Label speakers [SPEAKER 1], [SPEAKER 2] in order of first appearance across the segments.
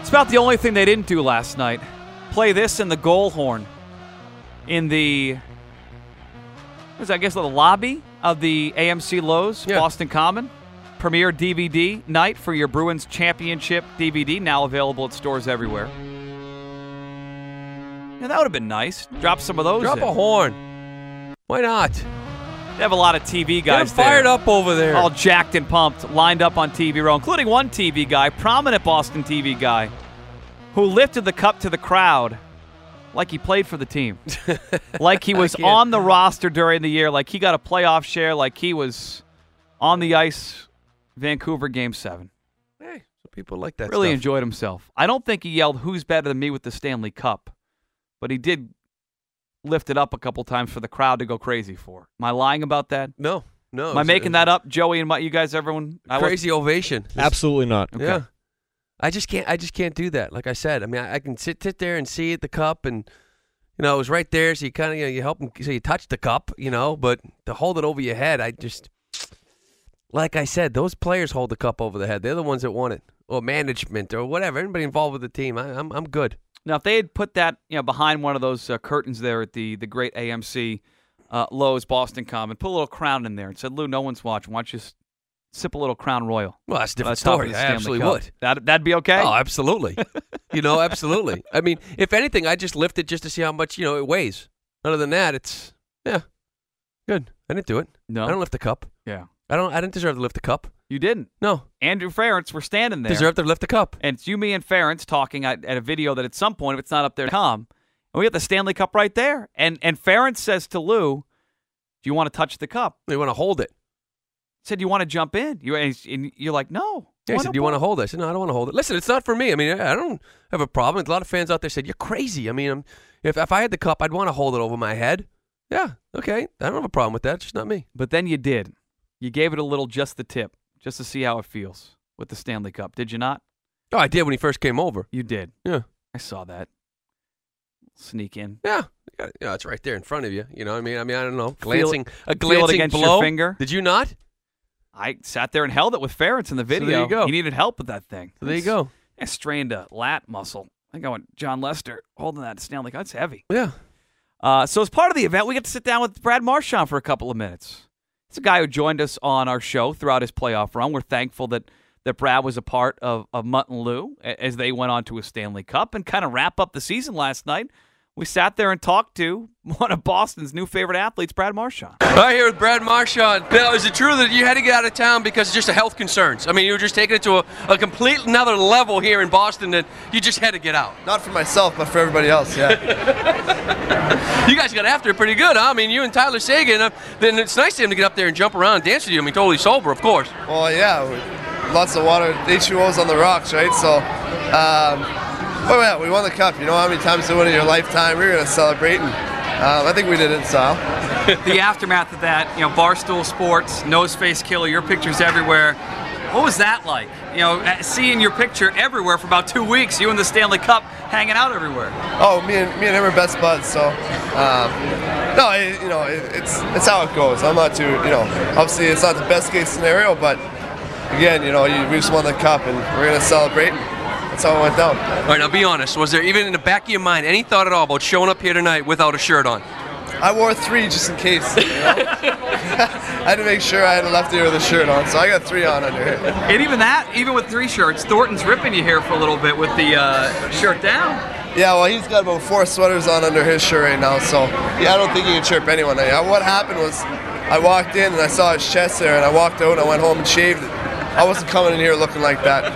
[SPEAKER 1] It's about the only thing they didn't do last night. Play this in the goal horn in the what is that, I guess the lobby of the AMC Lowe's
[SPEAKER 2] Yeah.
[SPEAKER 1] Boston Common premiere DVD night for your Bruins championship DVD now available at stores everywhere. Yeah, that would have been nice. Drop some of those.
[SPEAKER 2] Drop
[SPEAKER 1] in.
[SPEAKER 2] a horn. Why not?
[SPEAKER 1] They have a lot of TV
[SPEAKER 2] Get 'em
[SPEAKER 1] guys there.
[SPEAKER 2] fired up over there.
[SPEAKER 1] all jacked and pumped, lined up on TV row, including one TV guy, prominent Boston TV guy, who lifted the cup to the crowd like he played for the team, like he was
[SPEAKER 2] can't.
[SPEAKER 1] on the roster during the year, like he got a playoff share, like he was on the ice. Vancouver Game Seven.
[SPEAKER 2] hey, some people like that.
[SPEAKER 1] really
[SPEAKER 2] stuff.
[SPEAKER 1] enjoyed himself. I don't think he yelled "Who's better than me" with the Stanley Cup, but he did lift it up a couple times for the crowd to go crazy for. Am I lying about that?
[SPEAKER 2] No, no. uh,
[SPEAKER 1] Am I making that up, Joey and my, you guys? Everyone, I was-
[SPEAKER 2] Crazy ovation.
[SPEAKER 3] Absolutely not.
[SPEAKER 1] Okay.
[SPEAKER 2] Yeah. I just can't. I just can't do that. Like I said, I mean, I, I can sit, sit there and see it, the cup, and you know, it was right there. So you kind of, you know, you help them, so you touch the cup, you know, but to hold it over your head, I just, like I said, those players hold the cup over the head. They're the ones that want it, or management, or whatever. Anybody involved with the team, I, I'm, I'm good.
[SPEAKER 1] Now, if they had put that, you know, behind one of those uh, curtains there at the the great AMC uh, Lowe's Boston Common, put a little crown in there and said, "Lou, no one's watching. Why don't you s- sip a little Crown Royal?"
[SPEAKER 2] Well, that's a different
[SPEAKER 1] Uh, top of
[SPEAKER 2] story.
[SPEAKER 1] the
[SPEAKER 2] I
[SPEAKER 1] Stanley
[SPEAKER 2] absolutely
[SPEAKER 1] Cup.
[SPEAKER 2] would.
[SPEAKER 1] That that'd be okay.
[SPEAKER 2] Oh, absolutely. you know, absolutely. I mean, if anything, I just lift it just to see how much you know it weighs. Other than that, it's yeah, good. I didn't do it.
[SPEAKER 1] no,
[SPEAKER 2] I don't lift the cup.
[SPEAKER 1] yeah,
[SPEAKER 2] I don't. I didn't deserve to lift the cup.
[SPEAKER 1] you didn't.
[SPEAKER 2] No,
[SPEAKER 1] Andrew Ference were standing there,
[SPEAKER 2] deserve to lift the cup.
[SPEAKER 1] and it's you, me, and Ference talking at, at a video that at some point, if it's not up there, come. And we got the Stanley Cup right there, and and Ference says to Lou, "Do you want to touch the cup?"
[SPEAKER 2] They want to hold it.
[SPEAKER 1] He said, "Do you want to jump in?" You and, he's- and you're like, "No."
[SPEAKER 2] Yeah, I
[SPEAKER 1] Why
[SPEAKER 2] said,
[SPEAKER 1] no
[SPEAKER 2] "Do you want
[SPEAKER 1] point?"
[SPEAKER 2] to hold it?" I said, "No, I don't want to hold it." Listen, it's not for me. I mean, I I don't have a problem. A lot of fans out there said, "You're crazy." I mean, I'm, if if I had the cup, I'd want to hold it over my head. Yeah, okay. I don't have a problem with that. It's just not me.
[SPEAKER 1] But then you did. You gave it a little just the tip, just to see how it feels with the Stanley Cup. Did you not?
[SPEAKER 2] Oh, I did when he first came over.
[SPEAKER 1] You did.
[SPEAKER 2] Yeah.
[SPEAKER 1] I saw that. Sneak in.
[SPEAKER 2] Yeah, you got it. yeah, it's right there in front of you. You know, what I mean, I mean, I don't know,
[SPEAKER 1] it-
[SPEAKER 2] glancing a
[SPEAKER 1] it
[SPEAKER 2] glancing
[SPEAKER 1] against your
[SPEAKER 2] blow.
[SPEAKER 1] finger.
[SPEAKER 2] Did you not?
[SPEAKER 1] I sat there and held it with Ference in the
[SPEAKER 2] there
[SPEAKER 1] video.
[SPEAKER 2] you go.
[SPEAKER 1] He needed help with that thing.
[SPEAKER 2] So there you
[SPEAKER 1] That's-
[SPEAKER 2] go.
[SPEAKER 1] I strained a lat muscle. I think I went John Lester holding that Stanley Cup. That's heavy.
[SPEAKER 2] Yeah,
[SPEAKER 1] Uh, so as part of the event, we get to sit down with Brad Marchand for a couple of minutes. It's a guy who joined us on our show throughout his playoff run. We're thankful that that Brad was a part of of Mutt and Lou a- as they went on to a Stanley Cup and kind of wrap up the season last night. We sat there and talked to one of Boston's new favorite athletes, Brad Marchand.
[SPEAKER 2] Right here with Brad Marchand. Now, is it true that you had to get out of town because of just the health concerns? I mean, you were just taking it to a, a complete another level here in Boston that you just had to get out.
[SPEAKER 4] Not for myself, but for everybody else. Yeah.
[SPEAKER 2] You guys got after it pretty good, huh? I mean, you and Tyler Sagan, uh, then it's nice of him to get up there and jump around and dance with you. I mean, totally sober, of course.
[SPEAKER 4] well, yeah. we- Lots of water. H2O's on the rocks, right? So, um, oh yeah, we won the cup. You know how many times to win in your lifetime? We were gonna celebrate, and um, I think we did it in style.
[SPEAKER 1] the aftermath of that, you know, Barstool Sports, Noseface Killer, your pictures everywhere. What was that like? You know, uh, seeing your picture everywhere for about two weeks, you and the Stanley Cup hanging out everywhere.
[SPEAKER 4] Oh, me and me and him are best buds. So, um, no, it, you know, it, it's it's how it goes. I'm not too, you know, obviously it's not the best case scenario, but again, you know, you, we just won the cup, and we're gonna celebrate. and That's how it went down.
[SPEAKER 2] All right, now be honest. Was there even in the back of your mind any thought at all about showing up here tonight without a shirt on?
[SPEAKER 4] I wore three just in case. You know? I had to make sure I had a left ear with a shirt on, so I got three on under here.
[SPEAKER 1] And even that, even with three shirts, Thornton's ripping you here for a little bit with the uh, shirt down.
[SPEAKER 4] Yeah, well, he's got about four sweaters on under his shirt right now, so yeah, I don't think he can chirp anyone. I, what happened was I walked in and I saw his chest there, and I walked out and I went home and shaved it. I wasn't coming in here looking like that.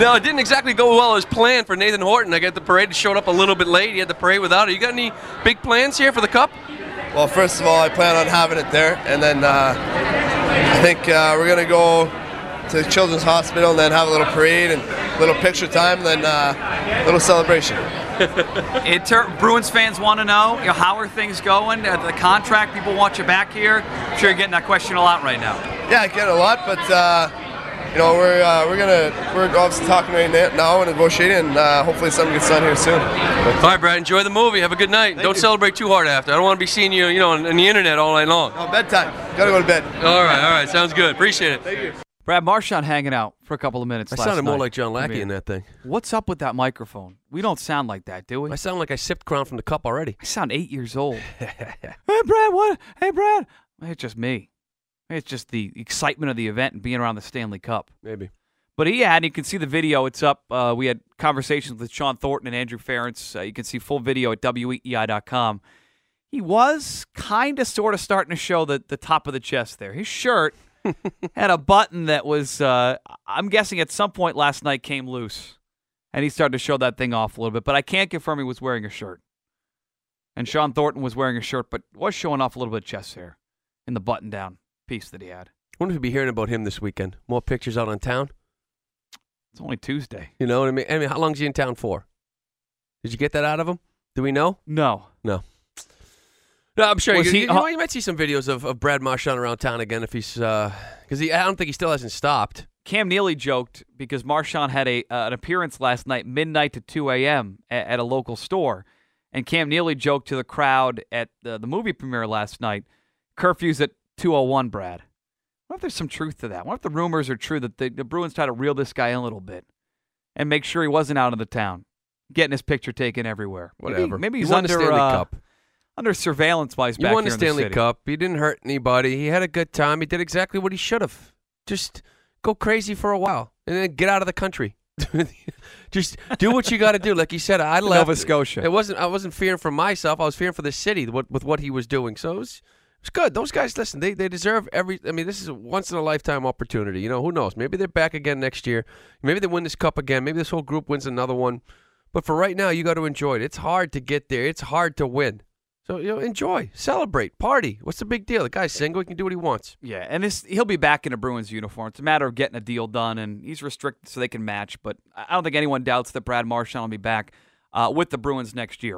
[SPEAKER 2] No, it didn't exactly go well as planned for Nathan Horton. I got the parade showed up a little bit late. He had the parade without it. You got any big plans here for the cup?
[SPEAKER 4] Well, first of all, I plan on having it there, and then uh, I think uh, we're gonna go to the Children's Hospital and then have a little parade and little picture time, then uh, little celebration.
[SPEAKER 1] It tur Bruins fans want to know, you know, how are things going? Uh, the contract, people want you back here. I'm sure you're getting that question a lot right now.
[SPEAKER 4] Yeah, I get it a lot, but uh, you know we're uh, we're gonna we're obviously talking right na- now and negotiating, and uh, hopefully something gets done here soon.
[SPEAKER 2] All right, Brad, enjoy the movie. Have a good night. Don't
[SPEAKER 4] you.
[SPEAKER 2] celebrate too hard after. I don't want to be seeing you, you know, on, on the internet all night long.
[SPEAKER 4] Oh, bedtime. Gotta go to bed.
[SPEAKER 2] All right, all right. Sounds good. Appreciate it.
[SPEAKER 1] Brad Marchand hanging out for a couple of minutes.
[SPEAKER 2] I
[SPEAKER 1] last
[SPEAKER 2] sounded more
[SPEAKER 1] night.
[SPEAKER 2] like John
[SPEAKER 1] I
[SPEAKER 2] Lackey
[SPEAKER 1] mean,
[SPEAKER 2] in that thing.
[SPEAKER 1] What's up with that microphone? We don't sound like that, do we?
[SPEAKER 2] I sound like I sipped crown from the cup already.
[SPEAKER 1] I sound eight years old. hey, Brad, what? Hey, Brad. It's just me. It's just the excitement of the event and being around the Stanley Cup.
[SPEAKER 2] Maybe.
[SPEAKER 1] But he had, and you can see the video. It's up. Uh, we had conversations with Sean Thornton and Andrew Ference. Uh, you can see full video at E weei.com. He was kind of, sort of starting to show the, the top of the chest there. His shirt had a button that was, uh, I'm guessing at some point last night came loose, and he started to show that thing off a little bit. But I can't confirm he was wearing a shirt. And Sean Thornton was wearing a shirt, but was showing off a little bit of chest hair in the button down piece that he had.
[SPEAKER 2] Wonder if we'll be hearing about him this weekend. More pictures out on town.
[SPEAKER 1] It's only Tuesday.
[SPEAKER 2] You know what I mean? I mean, how long's he in town for? Did you get that out of him? Do we know?
[SPEAKER 1] No.
[SPEAKER 2] No. No, I'm sure.
[SPEAKER 1] Was
[SPEAKER 2] you,
[SPEAKER 1] he-
[SPEAKER 2] you know, you might see some videos of, of Brad Marchand around town again if he's because he. I don't think he still hasn't stopped.
[SPEAKER 1] Cam Neely joked because Marshawn had a uh, an appearance last night, midnight to 2 a.m. a- at, a local store, and Cam Neely joked to the crowd at the, the movie premiere last night, curfews at 2:01. Brad, what if there's some truth to that? What if the rumors are true that the, the Bruins try to reel this guy in a little bit and make sure he wasn't out of the town, getting his picture taken everywhere? Maybe-
[SPEAKER 2] Whatever.
[SPEAKER 1] Maybe,
[SPEAKER 2] He
[SPEAKER 1] he's
[SPEAKER 2] won the
[SPEAKER 1] under
[SPEAKER 2] Stanley
[SPEAKER 1] uh,
[SPEAKER 2] Cup.
[SPEAKER 1] under surveillance while he's
[SPEAKER 2] He
[SPEAKER 1] back
[SPEAKER 2] won
[SPEAKER 1] here
[SPEAKER 2] the
[SPEAKER 1] in
[SPEAKER 2] Stanley
[SPEAKER 1] city.
[SPEAKER 2] Cup. He didn't hurt anybody. He had a good time. He did exactly what he should have. Just go crazy for a while and then get out of the country. Just do what you got to do. Like you said, I left
[SPEAKER 1] Nova Scotia.
[SPEAKER 2] It wasn't. I wasn't fearing for myself. I was fearing for the city with, with what he was doing. So it was, it was good. Those guys, listen, they they deserve every. I mean, this is a once in a lifetime opportunity. You know, who knows? Maybe they're back again next year. Maybe they win this cup again. Maybe this whole group wins another one. But for right now, you got to enjoy it. It's hard to get there. It's hard to win. So you know, enjoy, celebrate, party. What's the big deal? The guy's single. He can do what he wants.
[SPEAKER 1] Yeah, and this he'll be back in a Bruins uniform. It's a matter of getting a deal done, and he's restricted so they can match. But I I don't think anyone doubts that Brad Marchand will be back uh, with the Bruins next year.